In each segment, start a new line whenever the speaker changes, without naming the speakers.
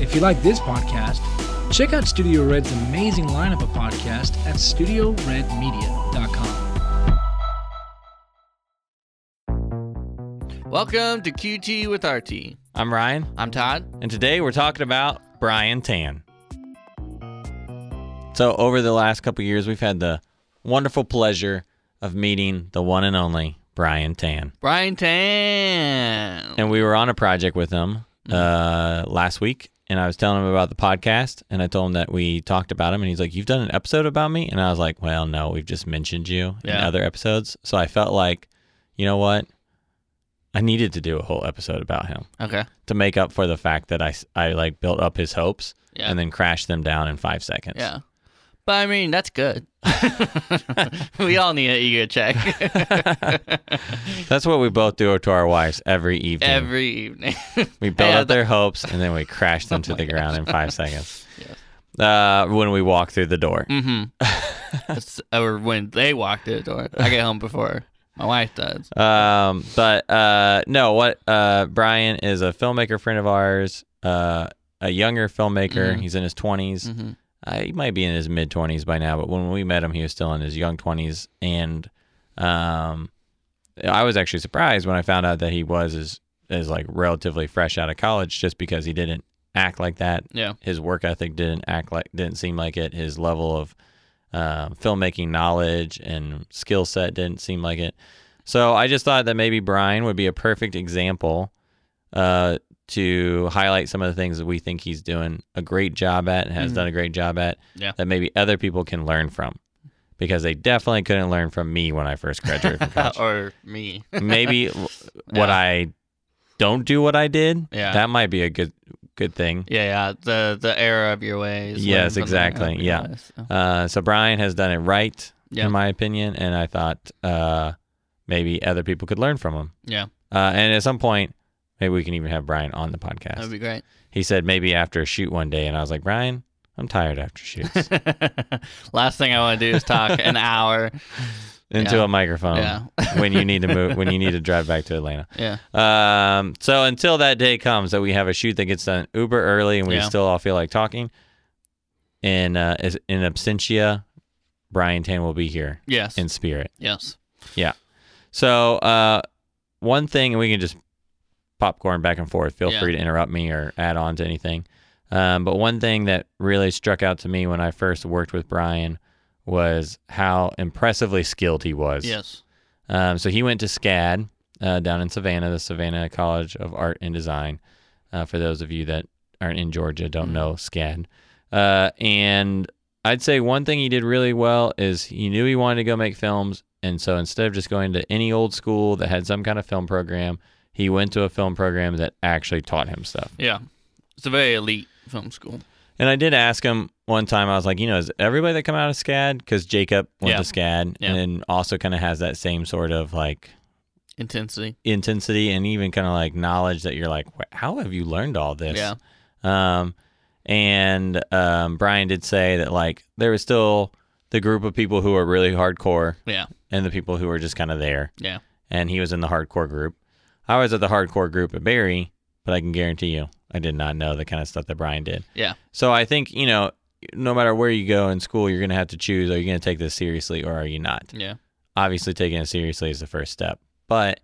If you like this podcast, check out Studio Red's amazing lineup of podcasts at studioredmedia.com.
Welcome to QT with RT.
I'm Ryan,
I'm Todd.
and today we're talking about Brian Tan. So, over the last couple years, we've had the wonderful pleasure of meeting the one and only Brian Tan.
Brian Tan.
And we were on a project with him uh, last week, and I was telling him about the podcast, and I told him that we talked about him, and he's like, You've done an episode about me? And I was like, Well, no, we've just mentioned you in
Yeah.
other episodes. So, I felt like, you know what? I needed to do a whole episode about him.
okay.
to make up for the fact that I, s- I, like built up his hopes
Yeah.
and then crashed them down in five seconds.
Yeah. But I mean, that's good. we all need an ego check
That's what we both do to our wives every evening.
every evening.
we build
Yeah, Oh
up their hopes and then we crash them to the ground in five seconds.
Yes.
Uh, when we walk through the door.
mm-hmm. That's, or when they walk through the door. I get home before my wife does.
Um, but uh, no, what uh, Brian is a filmmaker friend of ours, uh, a younger filmmaker.
Mhm.
He's in his 20s.
Mm-hmm.
uh, he might be in his mid 20s by now, but when we met him, he was still in his young 20s. And um, I was actually surprised when I found out that he was as, as like relatively fresh out of college just because he didn't act like that.
Yeah.
His work ethic didn't act like, didn't seem like it. His level of uh, filmmaking knowledge and skill set didn't seem like it. So I just thought that maybe Brian would be a perfect example uh, to highlight some of the things that we think he's doing a great job at and has
Mhm.
done a great job at
Yeah.
that maybe other people can learn from because they definitely couldn't learn from me when I first graduated from college.
or me.
maybe w- what
Yeah.
I don't do what I did,
Yeah.
that might be a good good thing.
Yeah, yeah. The the error of your ways. learn
Yes,
from the error of
exactly,
your
yeah.
ways. So,
Uh, so Brian has done it right
Yeah.
in my opinion, and I thought uh, maybe other people could learn from him.
yeah.
Uh, and at some point, maybe we can even have Brian on the podcast.
That'd be great.
he said maybe after a shoot one day, and I was like, Brian, I'm tired after shoots
Last thing I want to do is talk an hour.
into
Yeah.
a microphone
Yeah.
when you need to move when you need to drive back to Atlanta.
Yeah.
Um, so until that day comes that we have a shoot that gets done uber early and we
Yeah.
still all feel like talking, in uh, is- in absentia, Brian Tan will be here
Yes.
in spirit.
yes.
So, uh, one thing, and we can just popcorn back and forth. Feel
Yeah.
free to interrupt me or add on to anything. Um, but one thing that really struck out to me when I first worked with Brian was how impressively skilled he was.
Yes.
Um, so he went to SCAD uh, down in Savannah, the Savannah College of Art and Design. Uh, for those of you that aren't in Georgia, don't
Mhm.
know SCAD. Uh, and I'd say one thing he did really well is he knew he wanted to go make films, and so instead of just going to any old school that had some kind of film program, he went to a film program that actually taught him stuff.
Yeah. It's a very elite film school.
And I did ask him one time. I was like, you know, is everybody that come out of SCAD? Because Jacob went
Yeah.
to SCAD,
Yeah.
and then also kind of has that same sort of like
Intensity.
intensity and even kind of like knowledge that you're like, "Wh- how have you learned all this?
Yeah.
Um, and um, Brian did say that like there was still the group of people who are really hardcore
Yeah.
and the people who are just kind of there.
Yeah.
And he was in the hardcore group. I was at the hardcore group at Barry, but I can guarantee you, I did not know the kind of stuff that Brian did.
Yeah.
So I think you know, no matter where you go in school, you're gonna have to choose: are you gonna take this seriously or are you not?
Yeah.
obviously taking it seriously is the first step but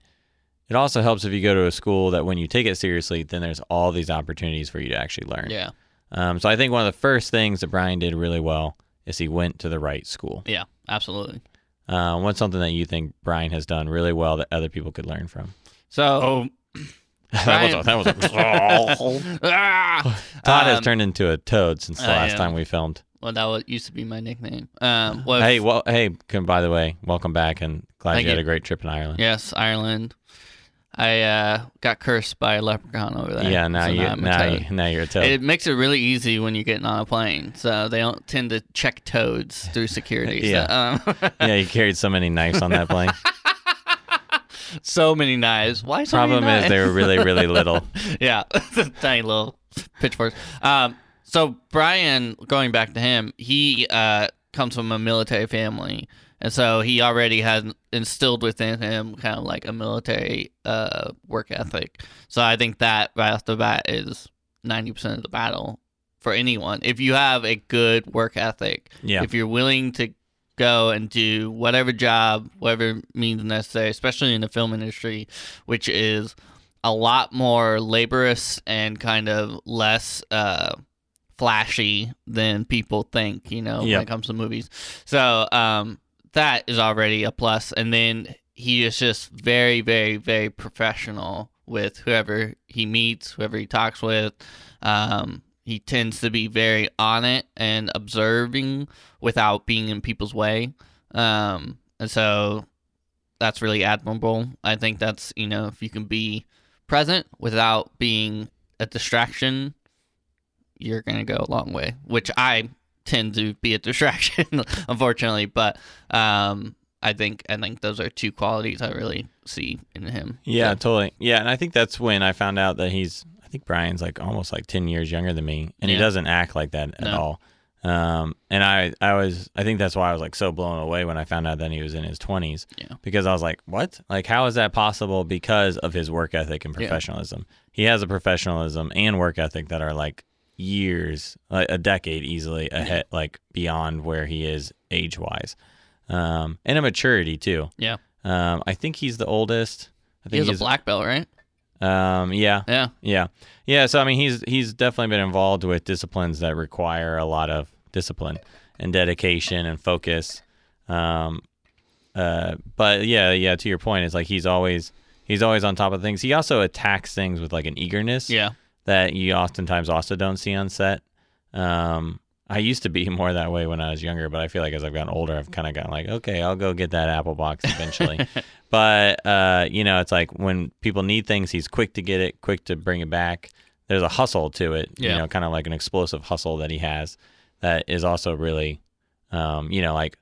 it also helps if you go to a school that when you take it seriously then there's all these opportunities for you to actually learn
Yeah.
um, so i think one of the first things that brian did really well is he went to the right school
Yeah. Absolutely.
uh, what's something that you think brian has done really well that other people could learn from Oh.
So
that was a, that was a
Ah!
todd has
Um,
turned into a toad since the
I
last
am.
time we filmed
Well, that was, used to be my nickname. Um, well,
hey well hey can, by the way welcome back and glad
Thank
you had
you.
a great trip in ireland
yes, Ireland. I uh, got cursed by a leprechaun over there.
yeah now
so
you
I'm a
now,
toad.
you now you're a toad
It makes it really easy when you're getting on a plane, so they don't tend to check toads through security.
Yeah.
So, um,
yeah you carried so many knives on that plane
so many knives. Why? So
problem
many
is they were
knives?
really really little
yeah, tiny little pitchforks. Um, so Brian, going back to him, he uh, comes from a military family, and so he already has instilled within him kind of like a military uh, work ethic. So I think that right off the bat is ninety percent of the battle for anyone. If you have a good work ethic,
Yeah.
if you're willing to go and do whatever job, whatever means necessary, especially in the film industry, which is a lot more laborious and kind of less uh, flashy than people think, you know,
Yeah.
when it comes to movies. So um, that is already a plus. And then he is just very, very, very professional with whoever he meets, whoever he talks with. Um, he tends to be very on it and observing without being in people's way. Um, and so that's really admirable. I think that's, you know, if you can be present without being a distraction, you're going to go a long way, which I tend to be a distraction, unfortunately. But um, I think I think those are two qualities I really see in him.
Yeah, totally. Yeah, and I think that's when I found out that he's. I think Brian's like almost like ten years younger than me, and he
Yeah.
doesn't act like that at
No.
all. Um, and I, I was, I think that's why I was like so blown away when I found out that he was in his twenties.
Yeah.
Because I was like, what? Like, how is that possible? Because of his work ethic and
Yeah.
professionalism. He has a professionalism and work ethic that are like years, like a decade easily ahead, like beyond where he is age wise, um, and a maturity too.
Yeah.
Um, I think he's the oldest. I
He
think
has a black belt, right?
um, yeah,
Yeah.
yeah, yeah. So I mean, he's he's definitely been involved with disciplines that require a lot of discipline and dedication and focus. Um, uh, but yeah, yeah. To your point, it's like he's always he's always on top of things. He also attacks things with like an eagerness
Yeah.
that you oftentimes also don't see on set. Um, I used to be more that way when I was younger, but I feel like as I've gotten older, I've kind of gotten like, okay, I'll go get that Apple box eventually. but uh, you know, it's like when people need things, he's quick to get it, quick to bring it back. There's a hustle to it, you
Yeah.
know, kind of like an explosive hustle that he has that is also really, um, you know, like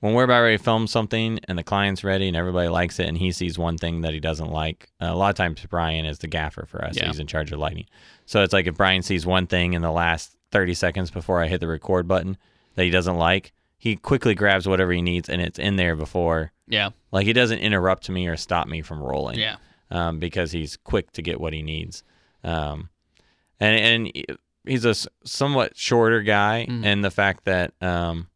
when we're about ready to film something and the client's ready and everybody likes it and he sees one thing that he doesn't like, uh, a lot of times Brian is the gaffer for us.
Yeah.
He's in charge of lighting. So it's like if Brian sees one thing in the last 30 seconds before I hit the record button that he doesn't like, he quickly grabs whatever he needs and it's in there before.
Yeah.
Like he doesn't interrupt me or stop me from rolling
Yeah.
um, because he's quick to get what he needs. Um, and and he's a s- somewhat shorter guy,
Mhm.
and the fact that um,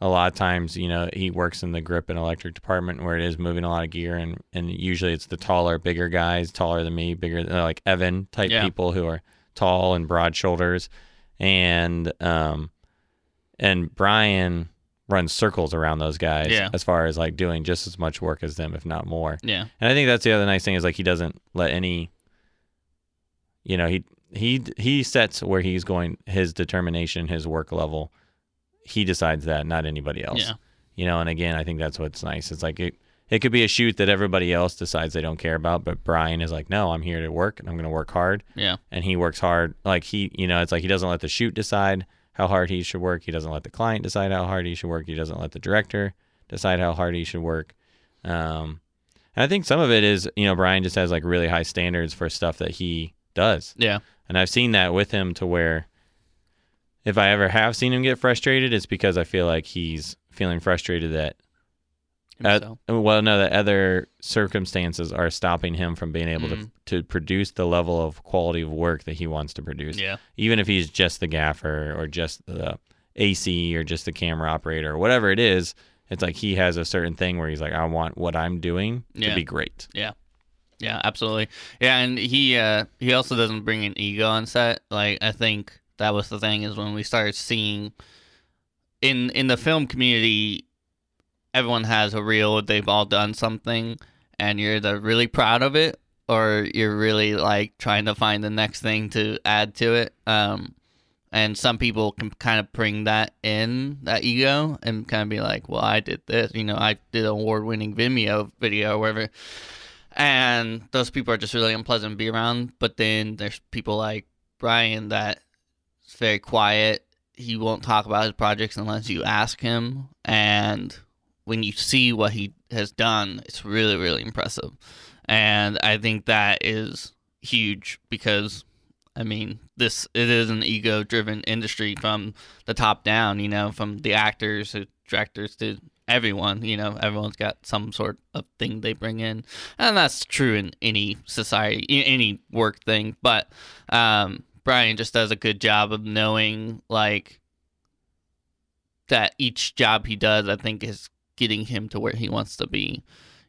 a lot of times you know he works in the grip and electric department where it is moving a lot of gear, and and usually it's the taller, bigger guys, taller than me, bigger than like Evan type
Yeah.
people who are tall and broad shoulders, and um, and Brian runs circles around those guys
Yeah.
as far as like doing just as much work as them if not more
Yeah.
and I think that's the other nice thing is like he doesn't let any you know, he he he sets where he's going his determination, his work level. He decides that, not anybody else.
Yeah.
You know, and again, I think that's what's nice. It's like it it could be a shoot that everybody else decides they don't care about, but Brian is like, "No, I'm here to work and I'm going to work hard."
Yeah.
and he works hard. Like he, you know, it's like he doesn't let the shoot decide how hard he should work. He doesn't let the client decide how hard he should work. He doesn't let the director decide how hard he should work. Um, and I think some of it is, you know, Brian just has like really high standards for stuff that he does.
Yeah.
And I've seen that with him to where if I ever have seen him get frustrated, it's because I feel like he's feeling frustrated that uh,
So,
well, no, that other circumstances are stopping him from being able
Mm.
to to produce the level of quality of work that he wants to produce.
yeah.
Even if he's just the gaffer or just the AC or just the camera operator or whatever it is, it's like he has a certain thing where he's like, I want what I'm doing to
Yeah.
be great.
Yeah, absolutely. Yeah, and he uh he also doesn't bring an ego on set. Like I think that was the thing is when we started seeing in in the film community everyone has a reel, they've all done something and you're either really proud of it or you're really like trying to find the next thing to add to it. Um and some people can kind of bring that in that ego and kind of be like, "Well, I did this, you know, I did an award-winning Vimeo video or whatever." and those people are just really unpleasant to be around. But then there's people like Brian that is very quiet. He won't talk about his projects unless you ask him. And when you see what he has done, it's really, really impressive. And I think that is huge because, I mean, this it is an ego-driven industry from the top down. You know, from the actors, to directors, to everyone. You know, everyone's got some sort of thing they bring in and that's true in any society, in any work thing. But um, Brian just does a good job of knowing like that each job he does, I think, is getting him to where he wants to be.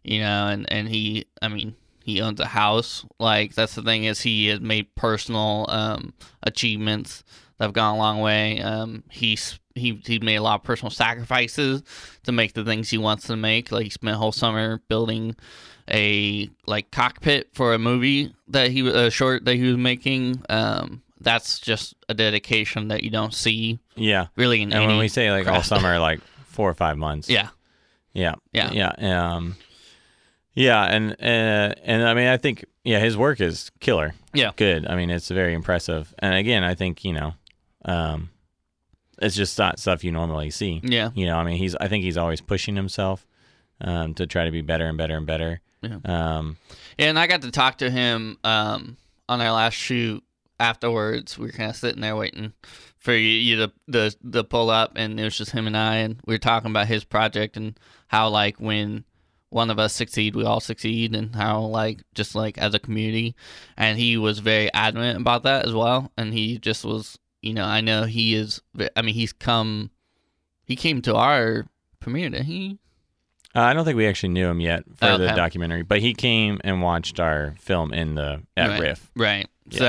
You know, and and he, I mean, he owns a house. Like that's the thing is he has made personal um, achievements that have gone a long way. Um, he's he he made a lot of personal sacrifices to make the things he wants to make. Like he spent a whole summer building a like cockpit for a movie that he was a short that he was making. Um, that's just a dedication that you don't see
Yeah.
really in
And
any.
when we say like all
craft.
summer, like four or five months.
yeah,
Yeah.
Yeah.
Yeah. Um, yeah. And, uh, and I mean, I think, yeah, his work is killer.
Yeah.
Good. I mean, it's very impressive. And again, I think, you know, um, it's just not stuff you normally see.
yeah,
You know, I mean, he's, I think he's always pushing himself, um, to try to be better and better and better.
Yeah.
Um,
and I got to talk to him um, on our last shoot. Afterwards, we were kind of sitting there waiting for you, you to the the pull up, and it was just him and I, and we were talking about his project and how like when one of us succeed, we all succeed, and how like just like as a community, and he was very adamant about that as well, and he just was, you know, I know he is. ve- I mean, he's come, he came to our premiere, didn't he?
Uh, I don't think we actually knew him yet for the
Okay.
documentary, but he came and watched our film in the at
Right.
Riff.
Right. So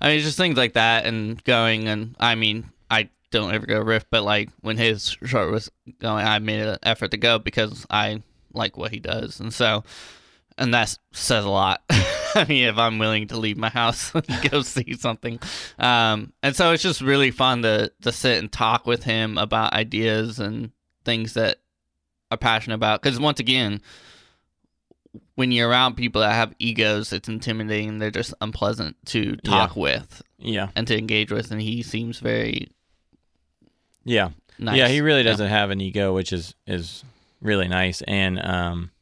I mean, it's just things like that, and going, and I mean, I don't ever go to riff, but like when his short was going, I made an effort to go because I like what he does, and so, and that says a lot. I mean, if I'm willing to leave my house and go see something, um, and so it's just really fun to to sit and talk with him about ideas and things that are passionate about. Because once again, when you're around people that have egos, it's intimidating. They're just unpleasant to talk with
Yeah,
and to engage with. And he seems very
yeah,
nice.
yeah. He really doesn't have an ego, which is is really nice. And um,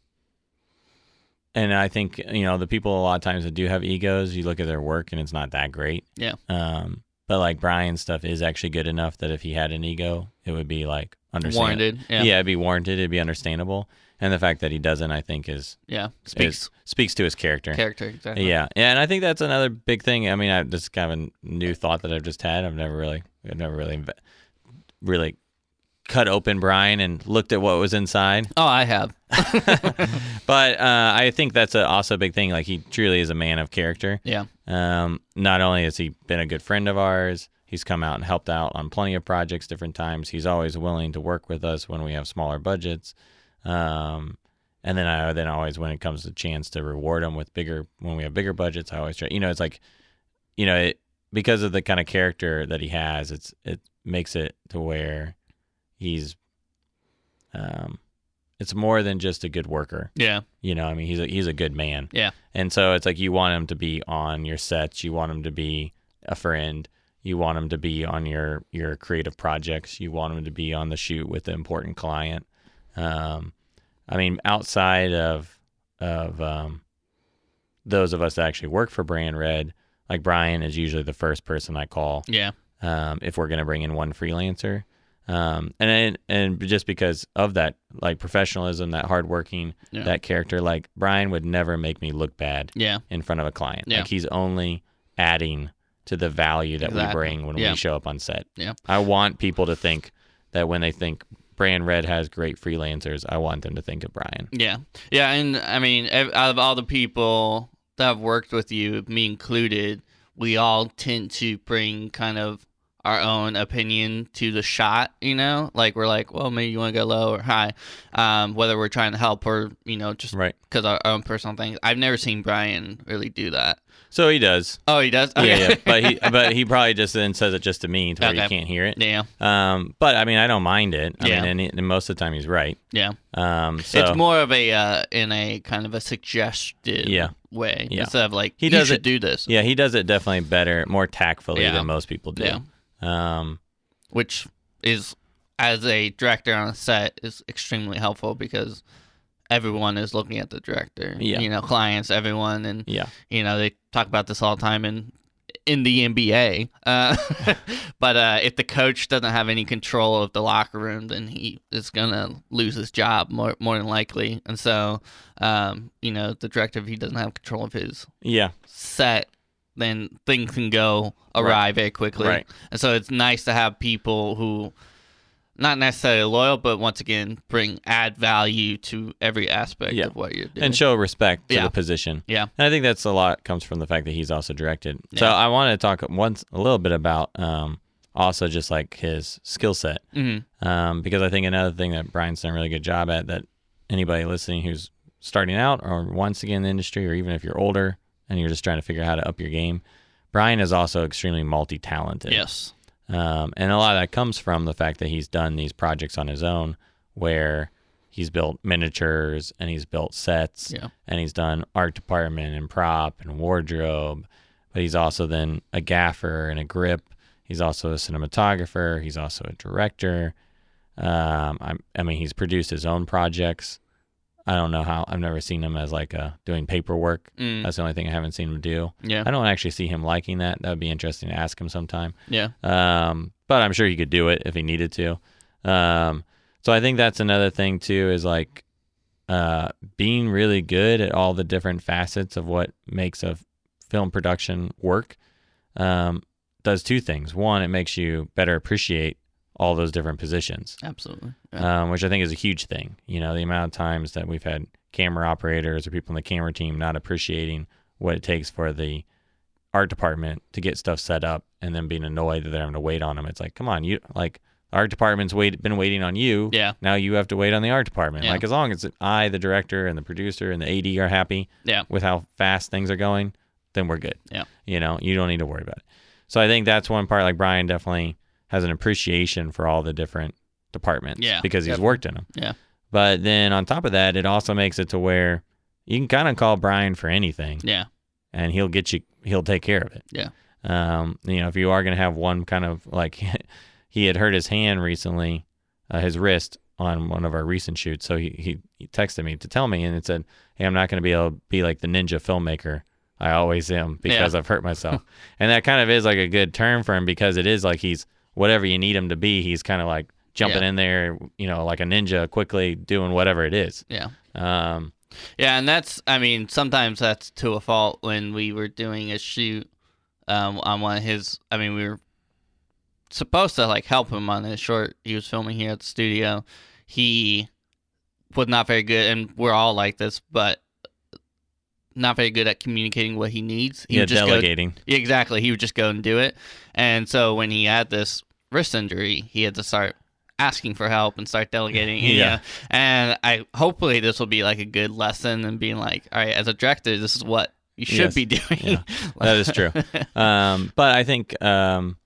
and I think you know the people a lot of times that do have egos, you look at their work and it's not that great.
Yeah.
Um, but like Brian's stuff is actually good enough that if he had an ego, it would be like understandable.
warranted. Yeah.
Yeah.
yeah.
it'd be warranted. It'd be understandable. And the fact that he doesn't, I think, is
Speaks
speaks to his character.
character. Exactly.
Yeah, yeah, and I think that's another big thing. I mean, I just kind of a new thought that I've just had. I've never really, I've never really, inve- really cut open Brian and looked at what was inside.
Oh, I have.
But uh, I think that's a, also a big thing. Like he truly is a man of character.
Yeah.
Um, not only has he been a good friend of ours, he's come out and helped out on plenty of projects different times. He's always willing to work with us when we have smaller budgets. Um, and then I then always when it comes to chance to reward him with bigger when we have bigger budgets, I always try. You know, it's like, you know, it because of the kind of character that he has, it's it makes it to where he's, um, it's more than just a good worker.
Yeah.
You know, I mean, he's a, he's a good man.
Yeah.
And so it's like you want him to be on your sets, you want him to be a friend, you want him to be on your your creative projects, you want him to be on the shoot with the important client. Um, I mean, outside of of um, those of us that actually work for Brand Red, like Brian is usually the first person I call
Yeah.
um, if we're going to bring in one freelancer. Um, and and just because of that, like professionalism, that hardworking,
Yeah.
that character, like Brian would never make me look bad
Yeah.
in front of a client.
Yeah.
Like he's only adding to the value that we
Exactly.
bring when
Yeah.
we show up on set.
Yeah.
I want people to think that when they think Brand Red has great freelancers, I want them to think of Brian.
Yeah. Yeah. And I mean, ev- out of all the people that have worked with you, me included, we all tend to bring kind of our own opinion to the shot, you know? Like, we're like, well, maybe you want to go low or high, um, whether we're trying to help or, you know, just
Right.
because our own personal things. I've never seen Brian really do that.
So he does.
Oh, he does.
Yeah, yeah.
Okay.
But he but he probably just then says it just to me to where
Okay.
you can't hear it.
yeah,
Um, but I mean, I don't mind it. I
Yeah.
mean, and, he- and most of the time he's right.
yeah.
Um, so
it's more of a uh, in a kind of a suggested
Yeah.
way
Yeah.
instead of like
He
he
does
does should
it-
do this.
yeah, he does it definitely better, more tactfully
Yeah.
than most people do.
Yeah.
Um,
which is as a director on a set is extremely helpful because everyone is looking at the director.
Yeah.
you know, clients, everyone, and
yeah,
you know they talk about this all the time in in the NBA. Uh, but uh, if the coach doesn't have any control of the locker room, then he is gonna lose his job more more than likely. And so, um, you know, the director if he doesn't have control of his
yeah,
set, then things can go awry very quickly.
Right.
And so it's nice to have people who, not necessarily loyal, but once again, bring add value to every aspect
Yeah.
of what you're doing.
and show respect to
Yeah.
the position.
yeah.
And I think that's a lot comes from the fact that he's also directed. So
Yeah.
I want to talk once a little bit about um, also just like his skill set
hmm
um, because I think another thing that Brian's done a really good job at that anybody listening who's starting out or once again in the industry or even if you're older and you're just trying to figure out how to up your game, Brian is also extremely multi-talented.
Yes.
Um, and a lot of that comes from the fact that he's done these projects on his own where he's built miniatures and he's built sets
Yeah.
and he's done art department and prop and wardrobe. But he's also then a gaffer and a grip. He's also a cinematographer. He's also a director. Um, I, I mean, he's produced his own projects. I don't know how. I've never seen him as like uh doing paperwork.
Mm.
That's the only thing I haven't seen him do.
Yeah.
I don't actually see him liking that. That would be interesting to ask him sometime.
Yeah.
Um, but I'm sure he could do it if he needed to. Um, so I think that's another thing too is like uh, being really good at all the different facets of what makes a f- film production work. Um, does two things. One, it makes you better appreciate all those different positions
Absolutely. Yeah.
um, which I think is a huge thing. You know, the amount of times that we've had camera operators or people in the camera team not appreciating what it takes for the art department to get stuff set up and then being annoyed that they're having to wait on them. It's like, come on, you like the art department's wait been waiting on you.
yeah.
Now you have to wait on the art department.
Yeah.
Like as long as I, the director and the producer and the AD are happy
Yeah.
with how fast things are going, then we're good.
Yeah.
You know, you don't need to worry about it. So I think that's one part like Brian definitely has an appreciation for all the different departments
Yeah,
because he's
definitely.
worked in them.
Yeah.
But then on top of that, it also makes it to where you can kind of call Brian for anything
Yeah.
and he'll get you he'll take care of it
Yeah.
um you know if you are going to have one kind of like he had hurt his hand recently uh, his wrist on one of our recent shoots so he, he he texted me to tell me and it said hey i'm not going to be able to be like the ninja filmmaker i always am because i've hurt myself and that kind of is like a good term for him because it is like he's whatever you need him to be he's kind of like jumping in there you know like a ninja quickly doing whatever it is
Yeah.
um
Yeah, and that's I mean, sometimes that's to a fault when we were doing a shoot um on one of his I mean, we were supposed to like help him on his short he was filming here at the studio. He was not very good and we're all like this, but not very good at communicating what he needs. He
yeah
would just go
delegating
yeah, Exactly. He would just go and do it. And so when he had this wrist injury, he had to start asking for help and start delegating.
Yeah.
yeah. And I hopefully this will be like a good lesson and being like, all right, as a director, this is what you should
Yes.
be doing.
Yeah. That is true. um, but I think um,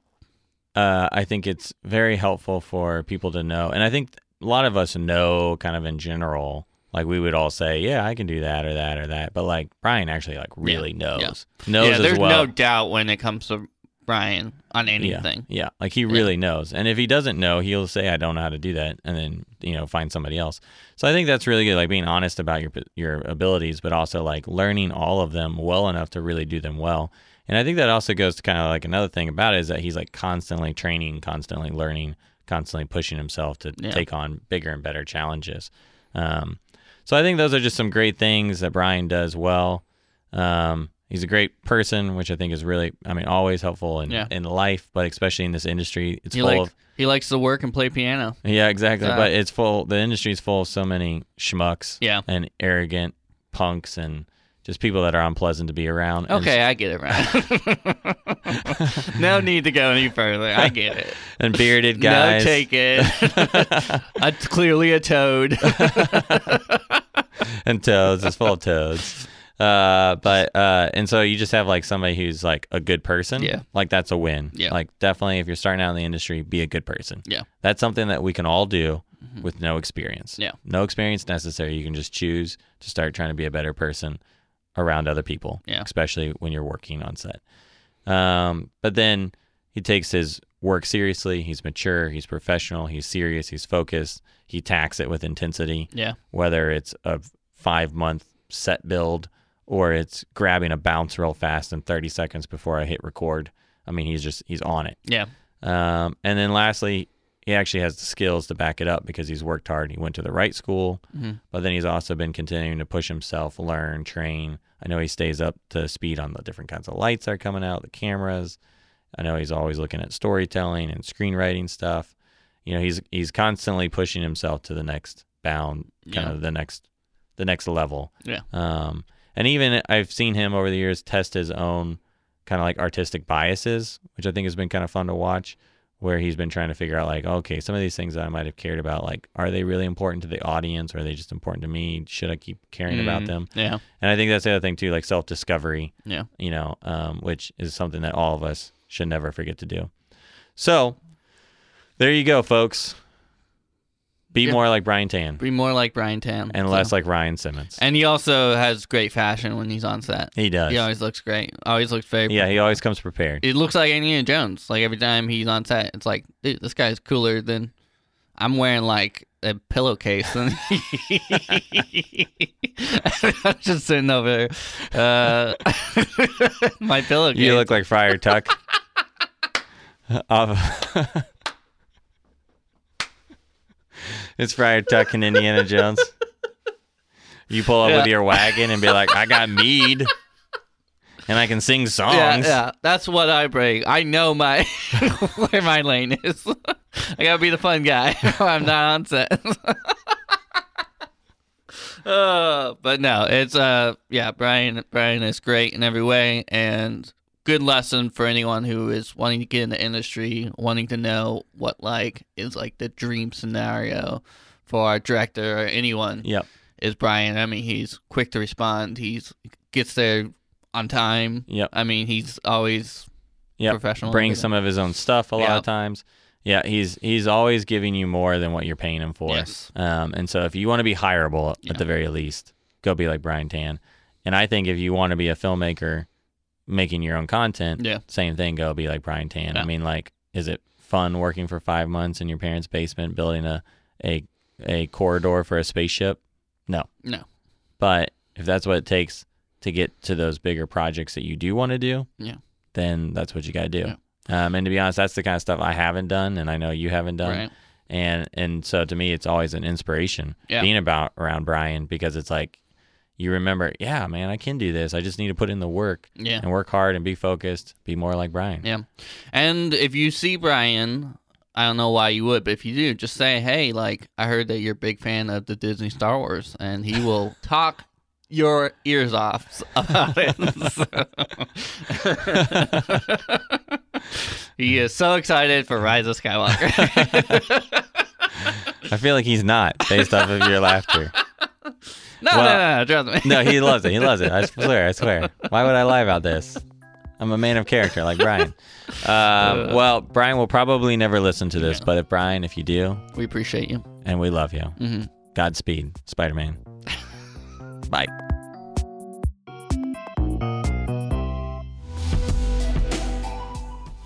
uh, I think it's very helpful for people to know, and I think a lot of us know kind of in general. Like we would all say, yeah, I can do that or that or that, but like Brian actually like really knows knows
yeah,
as
there's
well.
no doubt when it comes to Brian on anything.
Yeah, yeah. like he really knows. And if he doesn't know, he'll say, "I don't know how to do that," and then you know find somebody else. So I think that's really good, like being honest about your your abilities, but also like learning all of them well enough to really do them well. And I think that also goes to kind of like another thing about it is that he's like constantly training, constantly learning, constantly pushing himself to
Yeah.
take on bigger and better challenges. Um, so I think those are just some great things that Brian does well. Um, he's a great person, which I think is really, I mean, always helpful in,
Yeah.
in life, but especially in this industry, it's
He
full
likes
of,
he likes to work and play piano.
yeah, exactly.
Yeah.
But it's full, the industry's full of so many schmucks
Yeah.
and arrogant punks and just people that are unpleasant to be around. And-
Okay, I get it, Ryan. no need to go any further. I get it.
And, bearded
No,
guys.
take it. That's clearly a toad.
and toads. It's full of toads. Uh, but uh, and so you just have like somebody who's like a good person.
Yeah.
Like that's a win.
Yeah.
Like definitely, if you're starting out in the industry, be a good person.
Yeah. Mm-hmm.
That's something that we can all do with no experience.
Yeah.
No experience necessary. You can just choose to start trying to be a better person around other people.
Yeah.
Especially when you're working on set. Um, but then he takes his work seriously. He's mature. He's professional. He's serious. He's focused. He tacks it with intensity
yeah,
whether it's a five month set build or it's grabbing a bounce real fast in 30 seconds before I hit record. I mean, he's just, he's on it.
yeah,
Um, and then lastly, he actually has the skills to back it up because he's worked hard. He went to the right school,
Mhm.
but then he's also been continuing to push himself, learn, train. I know he stays up to speed on the different kinds of lights that are coming out, the cameras. I know he's always looking at storytelling and screenwriting stuff. You know, he's he's constantly pushing himself to the next bound, kind
Yeah.
of the next the next level.
Yeah.
Um, and even I've seen him over the years test his own kind of like artistic biases, which I think has been kind of fun to watch, where he's been trying to figure out like, okay, some of these things that I might have cared about, like, are they really important to the audience? Or are they just important to me? Should I keep caring about
Mm,
them?
Yeah.
And I think that's the other thing too, like self discovery.
Yeah.
You know, um, which is something that all of us should never forget to do. So there you go, folks. Be
Yeah.
more like Brian Tan
Be more like Brian Tan.
and
so.
less like Ryan Simmons.
And he also has great fashion when he's on set.
he does.
He
Yeah,
always looks great. Always looks very.
he always comes prepared.
It looks like Indiana Jones. Like every time he's on set, it's like, dude, this guy's cooler than. I'm wearing like a pillowcase. And I'm just sitting over uh, my pillowcase.
You look like Friar Tuck. Off- it's Friar Tuck and Indiana Jones. You pull up
Yeah.
with your wagon and be like, I got mead and I can sing songs.
Yeah, yeah, that's what I bring. I know my where my lane is. I gotta be the fun guy. I'm not on set. uh, but no, it's uh, yeah, Brian. Brian is great in every way, and good lesson for anyone who is wanting to get in the industry, wanting to know what like is like the dream scenario for a director or anyone
Yep.
is Brian. I mean, he's quick to respond. He's gets there on time.
Yep.
I mean, he's always
Yep.
professional.
Brings some of his own stuff a lot
Yeah.
of times. Yeah, he's he's always giving you more than what you're paying him for.
Yes.
Um, and so if you want to be hireable
Yeah.
at the very least, go be like Brian Tan. And I think if you want to be a filmmaker making your own content,
Yeah.
same thing, go be like Brian Tan.
Yeah.
I mean, like, is it fun working for five months in your parents' basement building a a a corridor for a spaceship? No.
No.
But if that's what it takes to get to those bigger projects that you do want to do,
Yeah.
then that's what you got to do. Um, and to be honest, that's the kind of stuff I haven't done, and I know you haven't done
Right.
and and so to me it's always an inspiration
Yeah.
being about around Brian because it's like you remember yeah man I can do this I just need to put in the work
Yeah.
and work hard and be focused be more like Brian
Yeah. And if you see Brian, I don't know why you would, but if you do, just say, hey, like, I heard that you're a big fan of the Disney Star Wars, and he will talk your ears off about it. So- he is so excited for Rise of Skywalker.
I feel like he's not based off of your laughter
no,
Well-
no, no, no, trust me.
no he loves it he loves it I swear I swear why would I lie about this I'm a man of character like Brian um, well Brian will probably never listen to this
Yeah.
but if Brian if you do
We appreciate you.
and we love you
hmm
Godspeed Spider Man bye.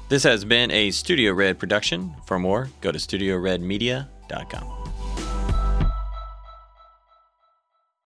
This has been a Studio Red production. For more, go to StudioRedMedia.com.